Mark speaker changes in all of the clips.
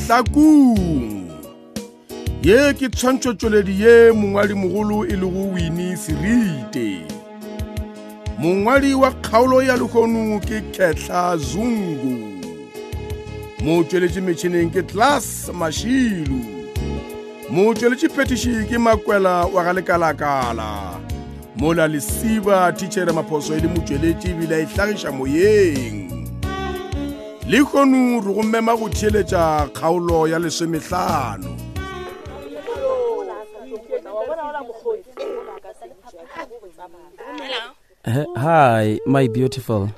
Speaker 1: mahlakong ye ke tshwantšhotšweledi ye mongwalimogolo e lego wini serite mongwali wa kgaolo ya lekgono ke ketla zungu motšweletše metšhineng ke tlas mašilu motšweletše phetiši ke makwela wa ga lekalakala mola lesiba tichere maphoso e le motšweletše ebile a e hlagiša moyeng le kgonu re go mema go theeletša kgaolo ya lesomehlano
Speaker 2: Eh, hi my beautiful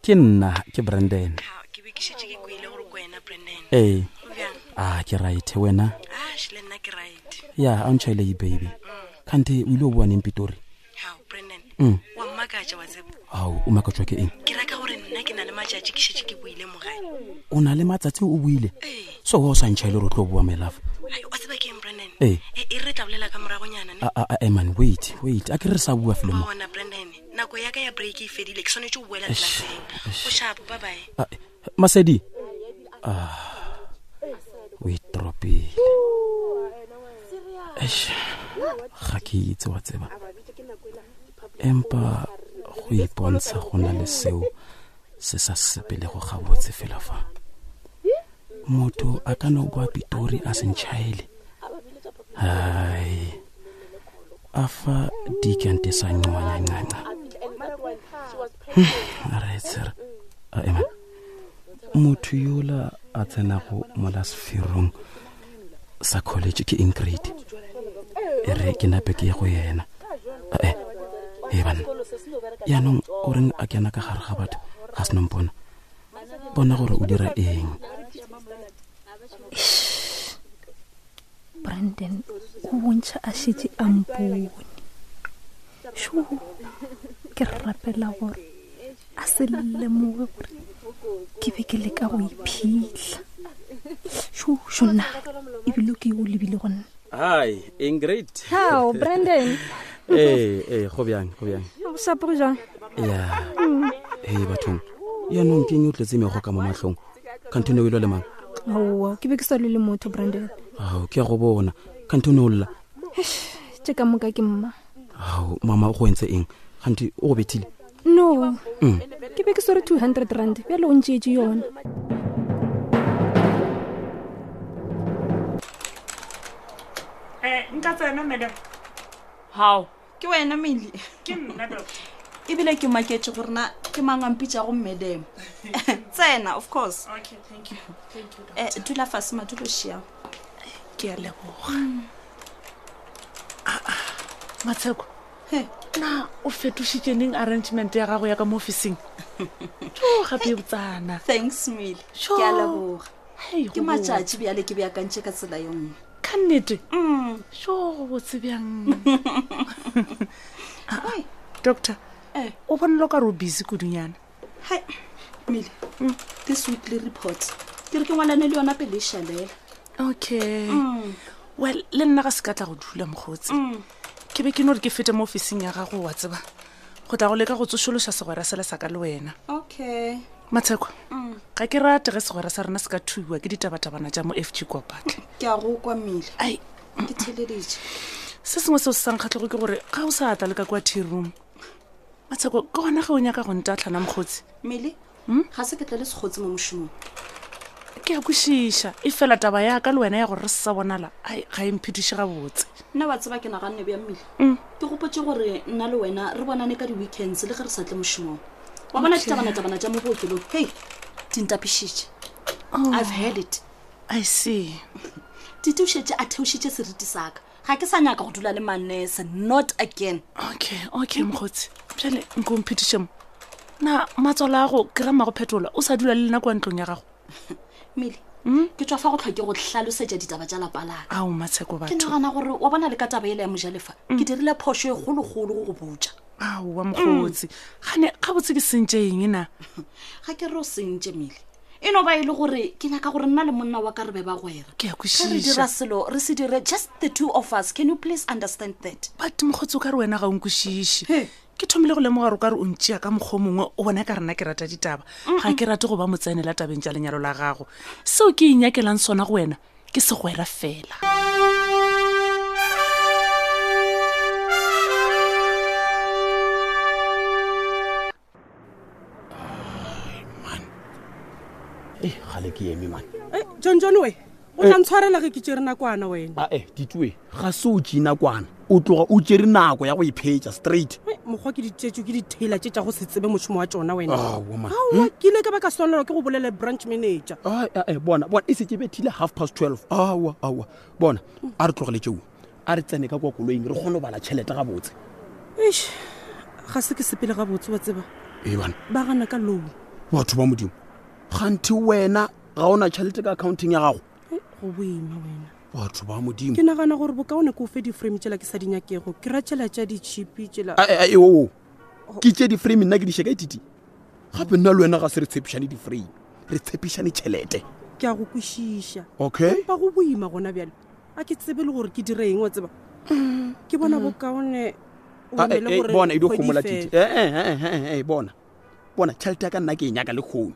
Speaker 2: ke nna ke branden
Speaker 3: Ha, ke bekišetše ke kwele gore ko wena branden
Speaker 2: ee
Speaker 3: o bjang
Speaker 2: a ke right Eh, ah, wena
Speaker 3: ash le nna ke right
Speaker 2: ya a ntšhaile e baby kante o ile o boaneng pitori
Speaker 3: ha branden
Speaker 2: Mm.
Speaker 3: wa mmakatša wa tsebo
Speaker 2: ao o makatswa ke eng
Speaker 3: ke raka gore nna ke na le matšatši ke šetše ke boile mogae
Speaker 2: o na le matsatsi o buile
Speaker 3: ee
Speaker 2: so wa o sa ntšhaile gore o tlo boa melafa
Speaker 3: ai, wa tseba ke eng branden
Speaker 2: Ee. Ah.
Speaker 3: e e re tla bolela ka moragonyana ne
Speaker 2: eman eh, wait wait a ke re sa
Speaker 3: wa
Speaker 2: bua filemo
Speaker 3: bona branden nako ya ka ya break e fedile ke swanetse o boela
Speaker 2: Eish,
Speaker 3: tlaseng o shapo ba bae
Speaker 2: Ah, eh, masedi Ah, o itropile Eish, ga ke itse wa tseba empa go ipontsha go na le seo se sa sepelego gabotse fela fa motho a ka no boa pitori a sentšhaele hai a fa dikente sa ngwanyancanca Hmm, aretsere a ema motho yola a tsenago mo la seferong sa college ke ingrade e re ke nape ke ye go yena ae e banna yaanong o reng a kena ka gare ga batho ga se nompona bona gore o dira eng
Speaker 4: branden o bontšha a šetse a mpone šo ke re rapela gore a se lemoge gore ke be ke leka go iphitlha šo šona ebile ke o lebile go nna
Speaker 2: hai ingrade
Speaker 5: hao branden
Speaker 2: ee ee go bjang go bjang
Speaker 5: o sapoge jang Mm.
Speaker 2: ya ee bathong yaanong ke eng o tletse mego ka mo matlhong kantone o ile le mang
Speaker 5: aowa ke be ke sa lwe le motho branden
Speaker 2: ao ke ya go bona kantone o lla
Speaker 5: tse ka moka ke mma
Speaker 2: ao mama go entse eng gante o go bethile
Speaker 5: no
Speaker 2: Mm.
Speaker 5: ke be ke swere two hundred rand bjale o ntšeetse yona
Speaker 6: Eh, nka tsena madam
Speaker 7: gao ke wena mele
Speaker 6: ke nna doc
Speaker 7: ebile ke maketse gorena ke mangwampitša go mmedemo tsena of course
Speaker 6: okay thank you thank you doc
Speaker 7: Eh, dula fase madulošiao
Speaker 8: ke a leboga
Speaker 7: Hmm.
Speaker 8: Ah, ah, matsheko
Speaker 7: He.
Speaker 8: na o fetošitše neng arrangement ya gago ya ka mo officing to gape e botsana
Speaker 7: thanks mele
Speaker 8: Sure.
Speaker 7: ke a leboga
Speaker 8: Hei,
Speaker 7: ke
Speaker 8: go
Speaker 7: matšatši bjale ke beakantšhe ka tsela yo nngwe
Speaker 8: botsa. ka nnete
Speaker 7: Mm.
Speaker 8: sho go botse bjang Ah, ah.
Speaker 7: Ai.
Speaker 8: doctor
Speaker 7: Eh.
Speaker 8: o bonelo ka re o busy kudunyana
Speaker 7: hai mele this weekly report ke re ke ngwalane le yona pele e šalela
Speaker 8: okay
Speaker 7: Mm,
Speaker 8: well le nna ga se ka tla go dula mokgotsi
Speaker 7: mm.
Speaker 8: ke be ke no re ke fete mo officing ya gago wa tseba go tla go leka go tsošološa segwera sela sa ka le wena
Speaker 7: okay
Speaker 8: matsheko
Speaker 7: Mm.
Speaker 8: ga ke rate ge segwera sa rena se ka thuiwa ke ditabatabana tša mo f g kopatle
Speaker 7: ke a go kwa mele
Speaker 8: ai
Speaker 7: ke theleditše
Speaker 8: se sengwe seo se sankgatlhego ke gore ga o sa tla le ka kwa tearoom matsheko ke gona ge o nyaka go nta tlhana mokgotsi
Speaker 7: mele ga se ke tla le sekgotsi mo mošomong
Speaker 8: ke ya kwešiša e fela taba yaka le wena ya gore re se sa bonala ai ga e mphetiše gabotse
Speaker 7: nna wa tseba ke naganne bja mmele
Speaker 8: Mm.
Speaker 7: ke gopotse gore nna le wena re bonane ka di-weekends le ge re sa tle mošomong wa bona ditabanatabana tja mo bookelong hei di ntapišitše i've heard it
Speaker 8: i see
Speaker 7: di teušetše a theošitše seriti sa ka ga ke sa nyaka go dula le manese not again
Speaker 8: okay okay mokgotsi bjale nko mphetiše mo na matswalo a go ke rama go phetola o sa dula le lena kwa ntlong ya gago
Speaker 7: mmele ke tswa fa go tlhoke go tlhalosetša ditaba tša lapa laka
Speaker 8: ao matsheko
Speaker 7: ke
Speaker 8: batho
Speaker 7: nagana gore wa bona le ka taba ele ya mojalefa ke dirile phošo e kgologolo go go botša
Speaker 8: Mm. aowa mokgotsi gane ga botse ke sentse eng na
Speaker 7: ga ke re o sentše mmele e no ba e le gore ke nyaka gore nna le monna wa ka re be ba gwera
Speaker 8: ke ya
Speaker 7: ka re dira
Speaker 8: kwešiša
Speaker 7: selo re se dire just the two of us can you please understand that
Speaker 8: but mokgotsi o ka re wena ga o nkwešiše
Speaker 7: He.
Speaker 8: ke thomile go lemoga gore o ka re o ntšea ka mokgwa o mongwe o bona ka rena ke rata ditaba ga ke rate go ba motsenela tabeng tša lenyalo la gago seo ke inyakelang sona go wena ke segwera fela
Speaker 2: e gale ke eme Eh. mane
Speaker 9: Eh, john john we o tla ntshwarela ge ke tere nakwana wena
Speaker 2: ae ditue Ah, eh, ga se o tsena kwana o tloga o tsere nako ya go iphetša straight
Speaker 9: Ai, mokgwa ke ditetso ke dithaila tse tsa go se tsebe motšhomo wa tsona wena
Speaker 2: Ah, woman.
Speaker 9: aowa ke ile ka ba ka swanelwa ke go bolele branch manager
Speaker 2: Ai, ai, ai, Ah, bona bona e setse bethile half past twelve aa aa bona a re tlogele tseo a re tsene ka kwa koloing re kgone go bala tšhelete ga botse
Speaker 9: eish ga se ke sepele ga botse wa tseba
Speaker 2: ee bana
Speaker 9: ba gana ka loan
Speaker 2: batho ba modimo kganthe wena ga ona tšhelete ka accounting ya gago
Speaker 9: Ai, go boima wena
Speaker 2: batho ba
Speaker 9: ke
Speaker 2: modimo
Speaker 9: nagana gore bokaone ke o fe di-frame tsela ke sa di nyakego ke ratšhela tša ditšhipi tsela
Speaker 2: Ai, ai, ai, oo ke tse di-frame nna ke dišhe ka etiti gape nna le wena ga se re tshepišane di-frame re tshepišane tšhelete
Speaker 9: ke a go kwešiša
Speaker 2: okay
Speaker 9: ba go boima gona bjale a ke tsebe le gore ke dire eng wa tseba ke bona bokaone o
Speaker 2: Ah, eh,
Speaker 9: emele
Speaker 2: eh,
Speaker 9: gore
Speaker 2: bona e di
Speaker 9: kgwedi
Speaker 2: gomola
Speaker 9: fele.
Speaker 2: tite ee bona bona tšhelete ya ka nna ke e nyaka le kgono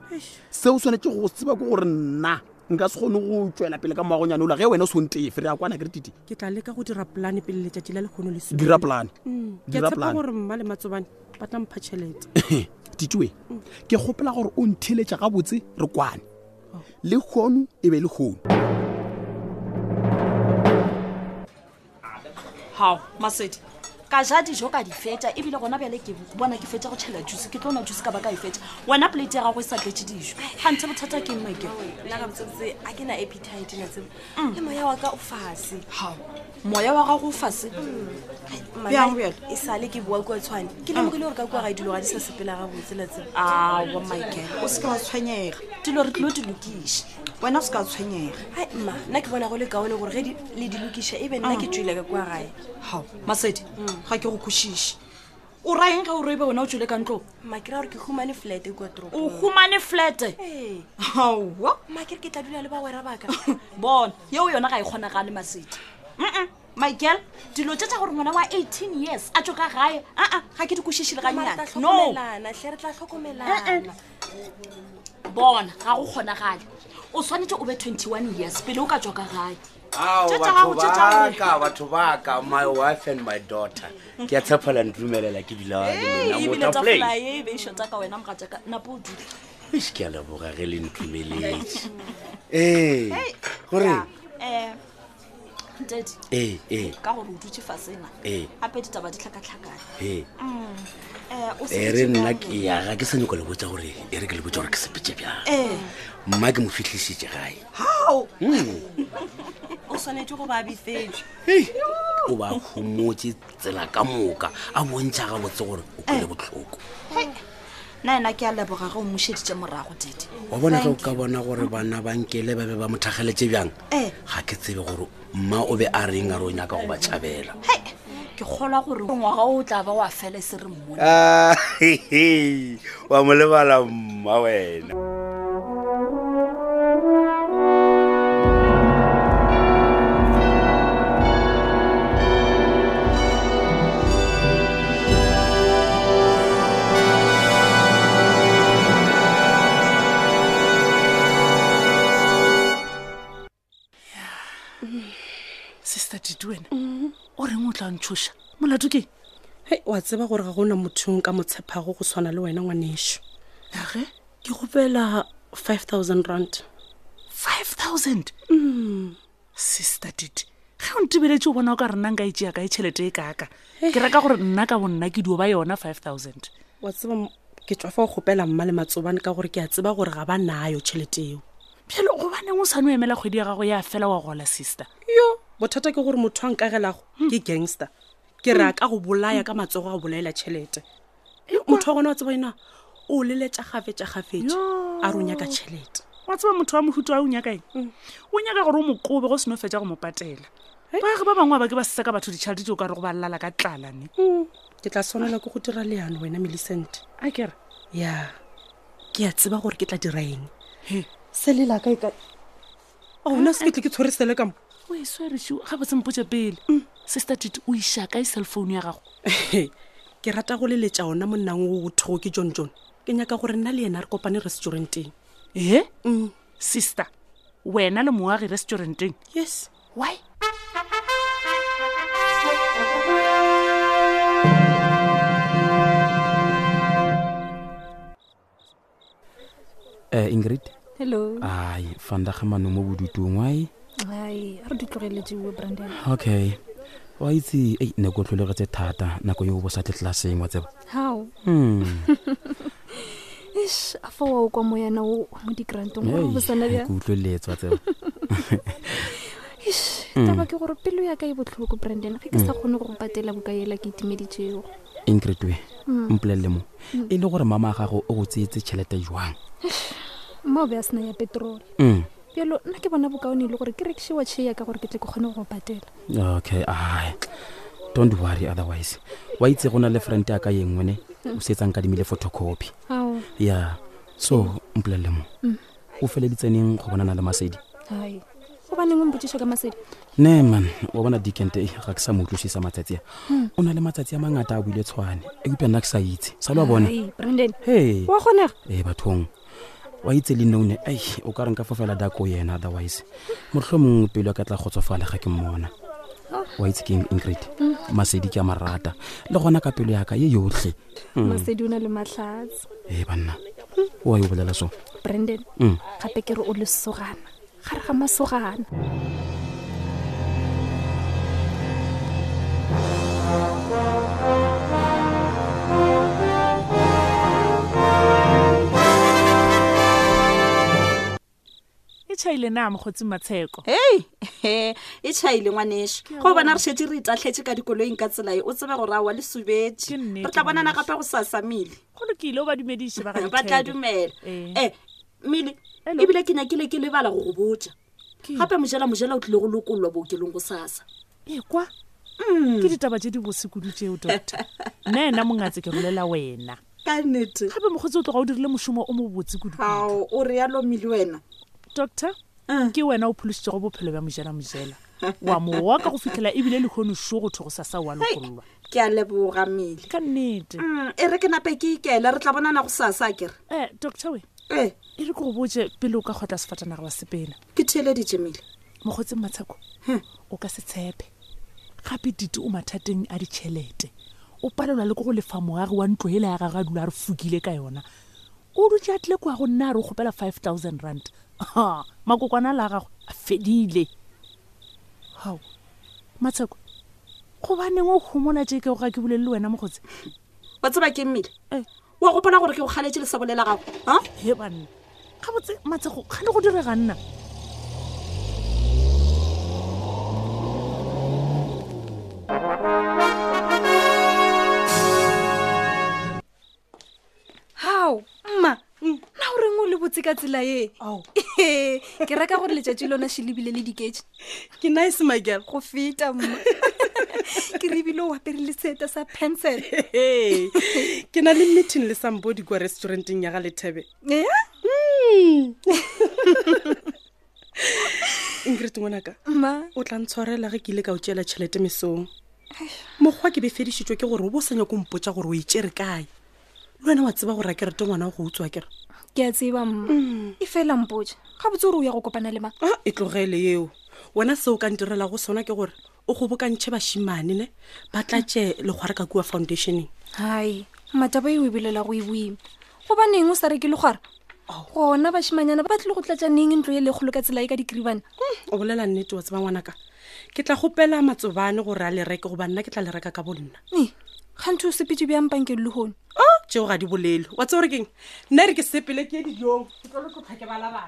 Speaker 2: seo tshwanetse go tseba ke gore nna nka se kgone go tswela pele ka moagonyane ola ge wena o sontefe re a kwana kere tite
Speaker 9: ke tla leka go dira polane pele letšatši la lekgono le sule.
Speaker 2: dira polane
Speaker 9: Mm, ke
Speaker 2: dira
Speaker 9: a tshepa
Speaker 2: polane.
Speaker 9: gore mma le matsobane ba tla mpha tšhelete
Speaker 2: titue
Speaker 9: Mm.
Speaker 2: ke kgopela gore o ntheletša gabotse re kwane
Speaker 9: Oh.
Speaker 2: le kgono e be le kgono
Speaker 7: gao masedi ka ja dijo ka di fetša ebile gona bjale ke bona ke fetša go tšhela juice ke tlo nwa juice ka ba ka e fetša wena plate ya gago e sa tletse dijo gante bothata ke mmake
Speaker 3: nna ka botsebotse a ke na appetite na tsebo le moya wa ka o fase
Speaker 7: gao moya wa gago o fase Bjang
Speaker 3: Mmane,
Speaker 7: bjale?
Speaker 3: e sale ke bua kwa tshwane ke lemogile gore ka kua ga dilo ga di sa sepela gabotse la tsebo
Speaker 7: ao michael o seke wa tshwenyega dilo re tlilo di lokiše wena o seke wa tshwenyega
Speaker 3: hai mma nna ke bona go le kaone gore ge di- le di lokiša e be nna
Speaker 7: Mm.
Speaker 3: ke tswile ka kua gae
Speaker 7: gao masedi
Speaker 3: Mm.
Speaker 7: ga ke go kwešiše o raeng ge o roebe wena o tswile ka ntlo
Speaker 3: mma ke ra gore ke humane
Speaker 7: e
Speaker 3: flat kwa
Speaker 7: o
Speaker 3: toropong
Speaker 7: humane flete
Speaker 3: ee
Speaker 7: ao
Speaker 3: mma ke re ke tla dula le bagwera baka
Speaker 7: bona yeo yona ga e kgonagale masedi mm michael dilo tse tsa gore ngwana wa 18 years a tswa ka gae aa ga Ah, ke di kwešišile ga
Speaker 3: Mare tla
Speaker 7: nyana no Eh,
Speaker 3: tlhokomelana tlhe re tla tlhokomelana
Speaker 7: bona ga go kgonagale o tshwanetse o be 21 years pele o ka tswa ka gae Tjhe, tja gago, tjhe, tja gago.
Speaker 10: batho baka my wife and my daughter ke a tshepela ntumelela ke
Speaker 7: Hey, ebile tafola e beishotsa ka wena mogataka napo o dule
Speaker 10: Eish, ke a leboga ge le ntumeletse ee goreng
Speaker 7: um ntedi
Speaker 10: ee ee
Speaker 7: ka gore o dutse fa sena
Speaker 10: Ee.
Speaker 7: gape ditaba di tlhakatlhakane
Speaker 10: ee
Speaker 7: um o
Speaker 10: e re nna ke ya ga ke sa nyako le botsa gore e re ke le botsa gore ke sepetse bjang
Speaker 3: Eh.
Speaker 10: mma ke mo fitlhisitse gae Hmm.
Speaker 3: ao o tshwanetse go babifetso
Speaker 10: o ba humotse tsela ka moka a bontšha ga botse gore o kwele botlhoko
Speaker 7: nna ena ke a leboga ge o mošeditse morago tete
Speaker 10: wa bona ge o ka bona gore bana ba nkele ba be ba mothageletse bjang
Speaker 7: Eh.
Speaker 10: ga ke tsebe gore mma o be a reng a re o nyaka go ba tšhabela
Speaker 7: hei ke kgolwa gore ngwaga o tla ba wa fele se re mmone
Speaker 10: Ah, he, he. wa mo lebala mma wena
Speaker 8: sister dite wena o reng o tla ntšhoša molato ke
Speaker 9: hei wa tseba gore ga gona mothong ka motshepago go tshwana le wena ngwanešo
Speaker 8: age
Speaker 9: ke gopela five thousand rand
Speaker 8: five thousand sister dite ge o ntebeletse o bona o ka re nna nka etsea kae tšhelete e kaka ke reka gore nna ka bonna ke dio ba yona five thousand
Speaker 9: wa tseba m- ke tswa fa o kgopela mma le matsobane ka gore ke a tseba gore ga ba nayo tšhelete eo
Speaker 8: pjelo gobaneng o sane o emela kgwedi ya gago ya fela wa gola sister
Speaker 9: yo bothata ke gore motho a nkagelago ke gangster ke re a ka go bolaya ka matsogo a bolaela tšhelete motho wa gona wa tseba ena o leletša gafetša-gafetša a re o nyaka tšhelete
Speaker 8: wa tseba motho wa mohuto a o nyakaeng
Speaker 7: Mm.
Speaker 8: o nyaka gore o mokobe go seno fetsa go mo patela
Speaker 7: Eh?
Speaker 8: baagi ba bangwe ba ke ba sesa ka batho ditšhalete tse o ka re go ba llala ka tlalane
Speaker 7: Mm.
Speaker 9: ke tla tshwanela ke go dira leano wena millicent
Speaker 8: a kere
Speaker 9: ya ke a tseba gore ke tla dira eng
Speaker 8: he
Speaker 9: selela kae kae e a ona se ke tle ke tshwarisele ka mo
Speaker 8: o e swarešo ga botsempotse pele
Speaker 7: Mm.
Speaker 8: sister tite o iša kae cellphone ya gago
Speaker 9: ke rata go leletša ona monnang o thogo ke john john ke nyaka gore nna le yena re kopane restauranteng
Speaker 8: ee
Speaker 7: Mm.
Speaker 8: sister wena le moagi restauranteng
Speaker 9: yes
Speaker 8: why
Speaker 2: um ingrid
Speaker 5: hello
Speaker 2: ai fandagmano mo bodutong ai
Speaker 5: ai re di tlogeletseo branden
Speaker 2: okay wa itse ei nako o tlholegetse thata nako yo o bosatle tlelaseng wa tseba
Speaker 5: how
Speaker 2: Hmm.
Speaker 5: ish a fa wa o kwa moyana o mo digrantong gore
Speaker 2: Ei,
Speaker 5: bosana
Speaker 2: ha
Speaker 5: bja
Speaker 2: ke utlweletse wa tseba
Speaker 5: ish
Speaker 2: Mm.
Speaker 5: taba ke gore pelo ya ka e botlhoko branden ge ke sa kgone go patela boka ela ke itimeditšego
Speaker 2: ingrid we
Speaker 5: Mm.
Speaker 2: mpolelele mo
Speaker 5: Mm.
Speaker 2: e le gore mama a gago o go tseetse tšhelete jwang
Speaker 5: mma o be a sena ya petrole
Speaker 2: Mm.
Speaker 5: pelo nna ke bona bokaone e le gore ke rekše wa tšhe yaka gore ke tle ke kgone go patela
Speaker 2: okay ai don't worry otherwise wa itse go na le friend ya ka ye ngwe ne o seetsang kadimile photocopy
Speaker 5: ao
Speaker 2: ya so mpolelele mo
Speaker 5: Mm.
Speaker 2: o feleditseneng go bonana le masedi
Speaker 5: ai gobaneng o mpotsiša ka masedi
Speaker 2: ne man wa bona dikente e, ga ke sa mo utlwisisa matsatsi a
Speaker 5: Hmm.
Speaker 2: o na le matsatsi a mangata a buile tshwane e kupia nna ke sa itse sa le wa bona
Speaker 5: Ai, branden
Speaker 2: Mm. Hey.
Speaker 5: wa kgonega
Speaker 2: ee bathong wa itse le noune ai o ka renka fofela dako yena otherwise motlho mongwe pelo ya ka e tla kgotsofala ga ke mmona
Speaker 5: Oh.
Speaker 2: wa itse keng ingrid
Speaker 5: Mm.
Speaker 2: masedi ke a marata le gona ka pelo yaka ye yotlhe Mm.
Speaker 5: masedi o na le matlhatse
Speaker 2: ee banna
Speaker 5: Hmm.
Speaker 2: o a e bolela so
Speaker 5: branden
Speaker 2: Mm.
Speaker 5: gape ke re o le sogana gare ga masogana
Speaker 8: e tšhaile na mokgotsing matsheko
Speaker 7: hei he e tšhaile ngwaneso go bona re shetse re itatlhetse ka dikoloing ka tselae o tsebe gore a wa le subetse re tla bonana gape go sasamele
Speaker 8: go lokile o ba dumediše ba ga
Speaker 7: ba tla
Speaker 8: Dithebe.
Speaker 7: dumela
Speaker 8: Ee.
Speaker 7: e mmele ebile ke nyakile ke lebala go go botja gape mojela mojela o tlile go lokololwa bookelong go sasa
Speaker 8: e kwa
Speaker 7: Mm.
Speaker 8: ke ditaba tse di bosekudu tseo doctor nna ena mongatse ke rolela wena
Speaker 7: ka nnete
Speaker 8: gape mokgotsi o tloga o dirile mošomo o mo botse kudu
Speaker 7: ao o realo mmele wena
Speaker 8: doctor ke wena o pholositsego bophelo bja mojela mojela wa mowa ka go fitlhela ebile lekgonošo go thogo sasa wa lokololwa
Speaker 7: ke a leboga mmele
Speaker 8: ka nnete
Speaker 3: Mm.
Speaker 7: e re ke nape ke ikele re tla bonana go sasa kere
Speaker 8: um doctor we
Speaker 7: e
Speaker 8: e re ke go botse pele o ka kgotla sefatanaga wa sepena
Speaker 7: ke theeleditše mmele
Speaker 8: mokgotsing matsheko o ka se tshepe gape dite o mathateng a ditšhelete o palelwa le ko go lefa moagi wa ntlo ele ya gagwe a dula a re fokile ka yona o dutse a tlile kwa go nna a re o kgopela five thousand rand Ha, makokwana a le a gagwe a fedile gao matsheko gobaneng o gomola tse kego ga ke bolele le wena mogotse
Speaker 7: wa tseba ke mmele wa gopola gore ke go kgaletse le sa bolela gago a
Speaker 8: he banna ga botse matshego ga le go direga nna
Speaker 5: hao mma na o reng o le botse ka tsela ee ke reka gore letšatši lona she lebile le diketse
Speaker 9: ke nice my girl
Speaker 5: go feta mma ke re ebile o apere le seta sa pencil
Speaker 9: Hey, ke na le meeting le sambodi kwa restauranteng ya ga lethebe
Speaker 5: Eh?
Speaker 9: ingrid ngwanaka
Speaker 5: mma
Speaker 9: o tla ntshwarela ge ke ile ka o tseela tšhelete mesong mokgwa ke befedišitšwe ke gore o bo o sa nyako mpotsa gore o e tere kae le wena wa tseba gore a ke rete ngwana wa go utswa kere
Speaker 5: ke a tseba mma
Speaker 9: Mm.
Speaker 5: e fela mpotse ga botse gore o ya go kopana le mang
Speaker 9: a e tlogele eo wena seo ka ntirela go sona ke gore o kgobokantšhe bašimane ne ba tlatše legware ka kua foundationeng
Speaker 5: hai mataba e o ebelela go e boima gobaneng o sa reke le gore gona bašimanyana ba batlile go tlatša neng ntlo e lekgolo ka tsela e ka dikribana
Speaker 9: o bolela nnete wa tseba ngwanaka ke tla gopela matsobane gore a le reke goba nna ke tla le reka ka bonna
Speaker 5: e ganthe o sepetse bjang pankeng le gone
Speaker 9: o tšeo ga di bolele wa tse gore keng nna re ke sepele ke ye dijong ke tlo le tlhotlha ke balabala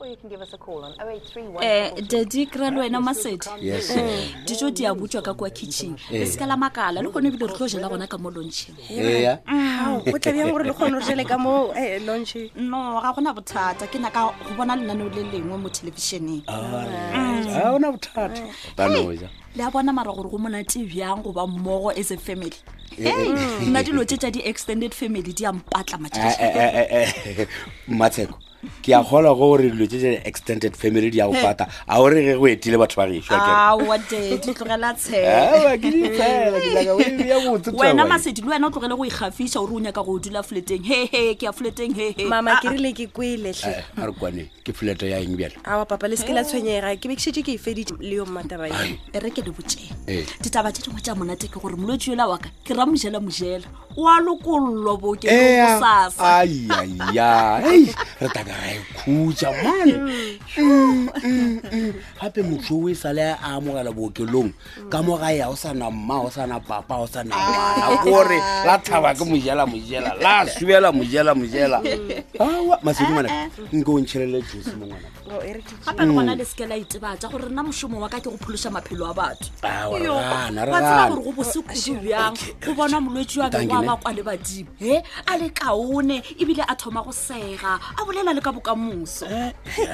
Speaker 3: Or you can give us a call. oh
Speaker 7: um dadi kry-a le wena masedi
Speaker 10: Yes,
Speaker 7: Eh,
Speaker 10: ma'am.
Speaker 7: dijo di a butswa ka kwa kitchen
Speaker 10: Eh.
Speaker 7: le seka la makala le gone ebile re tlo jela gona ka mo lontšheng
Speaker 10: Eya.
Speaker 7: eh. Ao,
Speaker 10: go tla bjang gore le kgone
Speaker 7: re jele ka mo
Speaker 5: eh,
Speaker 7: lunch no ga gona bothata ke nyaka go bona lenaneo le lengwe mo thelebišeneng
Speaker 10: ga ona bothata banoja
Speaker 7: le a bona mara gore go monate bjang goba mmogo as a family
Speaker 10: Eh,
Speaker 7: Hei,
Speaker 10: eh.
Speaker 7: nna dilo tse tsa di-extended family di a mpatla
Speaker 10: eh,
Speaker 7: matšatši
Speaker 10: mmatsheko ke a kgolwa go gore dilo tse tse extended family di a go
Speaker 7: He.
Speaker 10: pata a ore ge go etile batho ba gešwa
Speaker 7: awa dedi tlogela
Speaker 10: Aowa, ke di fela, ke nyaka go e bea botse taba
Speaker 7: wena
Speaker 10: ye.
Speaker 7: masedi le wena o tlogele go ikgafisa ore o nyaka go dula fleteng hehe ke ya fleteng hehe
Speaker 11: Mama, ke
Speaker 7: rile ke kweletlhe
Speaker 10: Eh, a re kwane ke foleta ya eng bjale
Speaker 7: Ah.
Speaker 11: aa papa le seke la tshwenyega ke bekišete ke e fedite le yo mmatabae
Speaker 7: re ke le botse
Speaker 10: ee
Speaker 7: ditaba tse dingwe tsa monate ke gore molwetse yola waka ke ra mojela mojela o a lokololwa
Speaker 10: Eya,
Speaker 7: bookelong sasa
Speaker 10: aiaya ei re tabe ra e khutsa mane Mm, mm, mm. gape motho o e sale a amogela bookelong ka mo gae ga o sana mma o sana papa o sana ngwana kore la thaba ke mojela mojela la swela mojela mojela
Speaker 7: Mm.
Speaker 10: aa
Speaker 7: Eh,
Speaker 10: masedi ngwana nke o ntšhelele josi mo ngwana
Speaker 7: gape le gona
Speaker 10: Mm.
Speaker 7: le seke la itebatsa gore nna mošomo wa ka ke go pholosa maphelo a batho
Speaker 10: Ah, wa
Speaker 7: Yo,
Speaker 10: ragana,
Speaker 7: wa tseba
Speaker 10: ragana.
Speaker 7: gore go bosekudu bjang go bona molwetse wa ka
Speaker 10: Thank
Speaker 7: wa
Speaker 10: you, ne.
Speaker 7: bakwa le badimo e a le kaone ebile a thoma go sega a bolela le ka bokamoso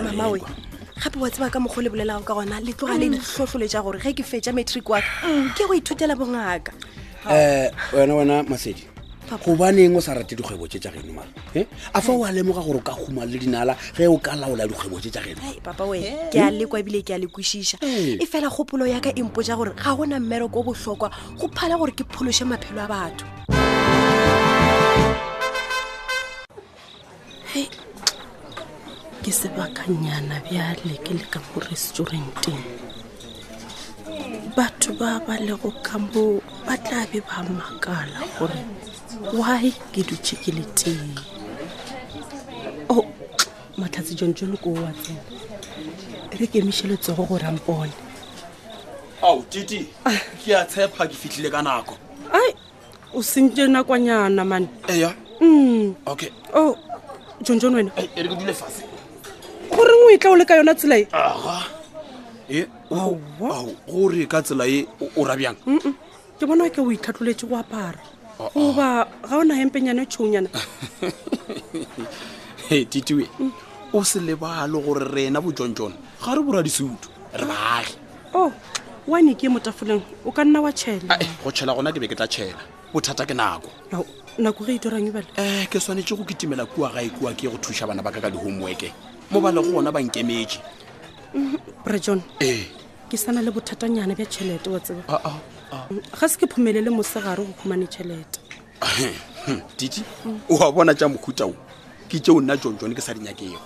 Speaker 11: mama we gape wa tseba ka mokgwa o le bolelago ka gona le tloga le ditlhotlhole tja gore ge ke fetsa matric waka ke go ithutela bongaka
Speaker 10: um wena wena masedi gobaneng o sa rate dikgwebo tse tsa geno mara e a fa o a lemoga gore o ka humang le dinala ge o ka laola dikgwebo tse tsa geno
Speaker 11: Ai, papa wena ke a lekwa ebile ke a le kwešiša
Speaker 10: Ee.
Speaker 11: e fela kgopolo yaka empo ja gore ga gona mmereko o botlhokwa go phala gore ke phološe maphelo a batho
Speaker 9: ke sebakanyana bjale ke le ka mo restauranteng batho ba ba lego ka moo ba tla be ba makala gore why ke dutse ke le teng o matlhatsi john john ko o wa tsena re ke emišeletsogo go rampone
Speaker 12: ao titi ke a tshepa ke fitlhile ka nako
Speaker 9: ai o sentse nakwanyana mane
Speaker 12: eya
Speaker 9: mm
Speaker 12: okay
Speaker 9: o john john wena
Speaker 12: e re ke dule fatshe
Speaker 9: goreng o e tla o le ka yona tselae
Speaker 12: aga e ao gore ka tsela e o- o rabjang
Speaker 9: Mm-mm. ke bona ke o itlhatloletse go apara
Speaker 12: Oh, oh.
Speaker 9: goba ga o na hempenyana e tšhounyana
Speaker 12: e titiwe o se lebale gore rena bojontsone ga re bora disutu re baagi
Speaker 9: o wine ke e mo tafoleng o ka nna wa tšhela
Speaker 12: go tšhela gona ke be ke tla tšhela bothata ke nako
Speaker 9: Ao, nako ge e dirang ebale
Speaker 12: um ke tshwanetse go kitimela kua gae kua ke ye go thuša bana ba ka ka di-homeworke mo ba lego gona ba nkemetse
Speaker 9: bra john
Speaker 12: ee
Speaker 9: ke sana le bothatanyana bja tšhelete wa tseba
Speaker 12: Ah, ah,
Speaker 9: ga se ke phumelele mosegare go khumane tšhelete
Speaker 12: Hm, titi o a bona tša mokhutao ke tšeo nna tsontsone ke sa di nyakego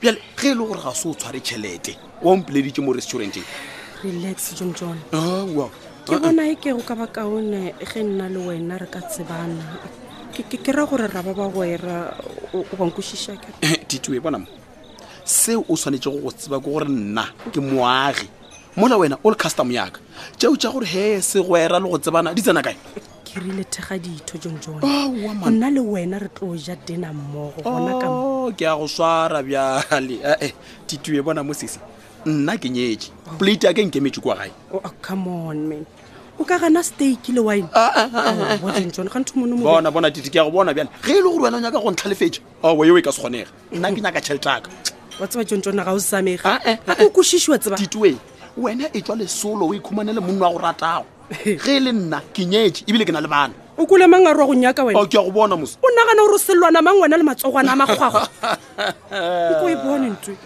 Speaker 12: bjale ge e le gore ga se o tshware tšhelete wa ompoleditše mo restauranteng Ah,
Speaker 9: relax john john
Speaker 12: awa
Speaker 9: ke bona e kego ka bakaone ge nna le wena re ka tsebana Ke- ke ke ra gore ra ba ba wera o o ba nkwešišake
Speaker 12: titi e bona mo seo o tshwanetse go go tseba ke gore nna ke moagi mola wena o le custom yaka tšeo tša gore he se gwera le go tsebana di tsena kae
Speaker 9: ke rile thega ditho john john
Speaker 12: Aowa, Oh, man.
Speaker 9: nna le wena re tlo ja dena mmogo gona ka mo
Speaker 12: Oh, ke a go swara bjale ee titi e bona mo sese nna ke nyetse plate ya ke nkemetse kwa gae
Speaker 9: Oh, ah, come on man o ka gana steak le wine
Speaker 12: Ah,
Speaker 9: Oh, john john ga ntho mone mo
Speaker 12: bona bona titi ke ya go bona bjale ge e le gore wena o nyaka go ntlhalefetša ao eo e ka se kgonega nna ke nyaka tšheletaka
Speaker 9: wa tseba john john ga o samege
Speaker 12: Ah, eh,
Speaker 9: gape o kwešišiwa tseba
Speaker 12: titoe wena e tswa lesolo o ikhumane le monna wa go ratago ge e le nna ke nyetse ebile ke na le bana
Speaker 9: o kole mang a rwa go nyaka wena
Speaker 12: ao ke ya go bona mos
Speaker 9: o nagana gore o selelwana mang wena le matsogwana a makgwago ko e bone ntwe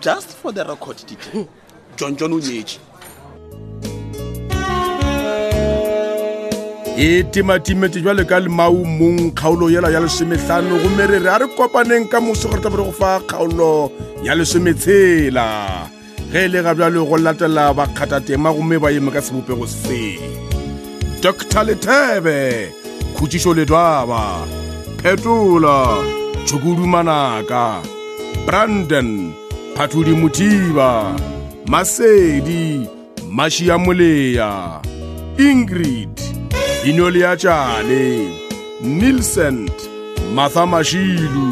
Speaker 12: just for the record tite john john o nyetse
Speaker 1: e timatimetse jwale ka lemao mong kgaolo yela ya lesomehlano gomme re re a re kopaneng ka moso gore tabe re go fa kgaolo ya lesometshela ge e le ga bjale go latela bakgathatema gomme ba eme ka sebopego seseng dr lethebe khutsišo ledwaba phetola tšhukudumanaka brandon phathodi mothiba masedi mašia moleya ingrid inolia tšale nilsent matha mašilu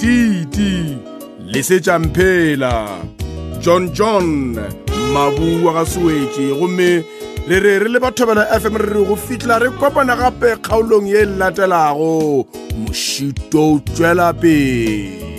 Speaker 1: titi le setša mphela john john mabu wa ga soetse gomme re re re le bathobela fm re re go fitlha re kopana e gape kgaolong ye latelago mošito o tšwela pele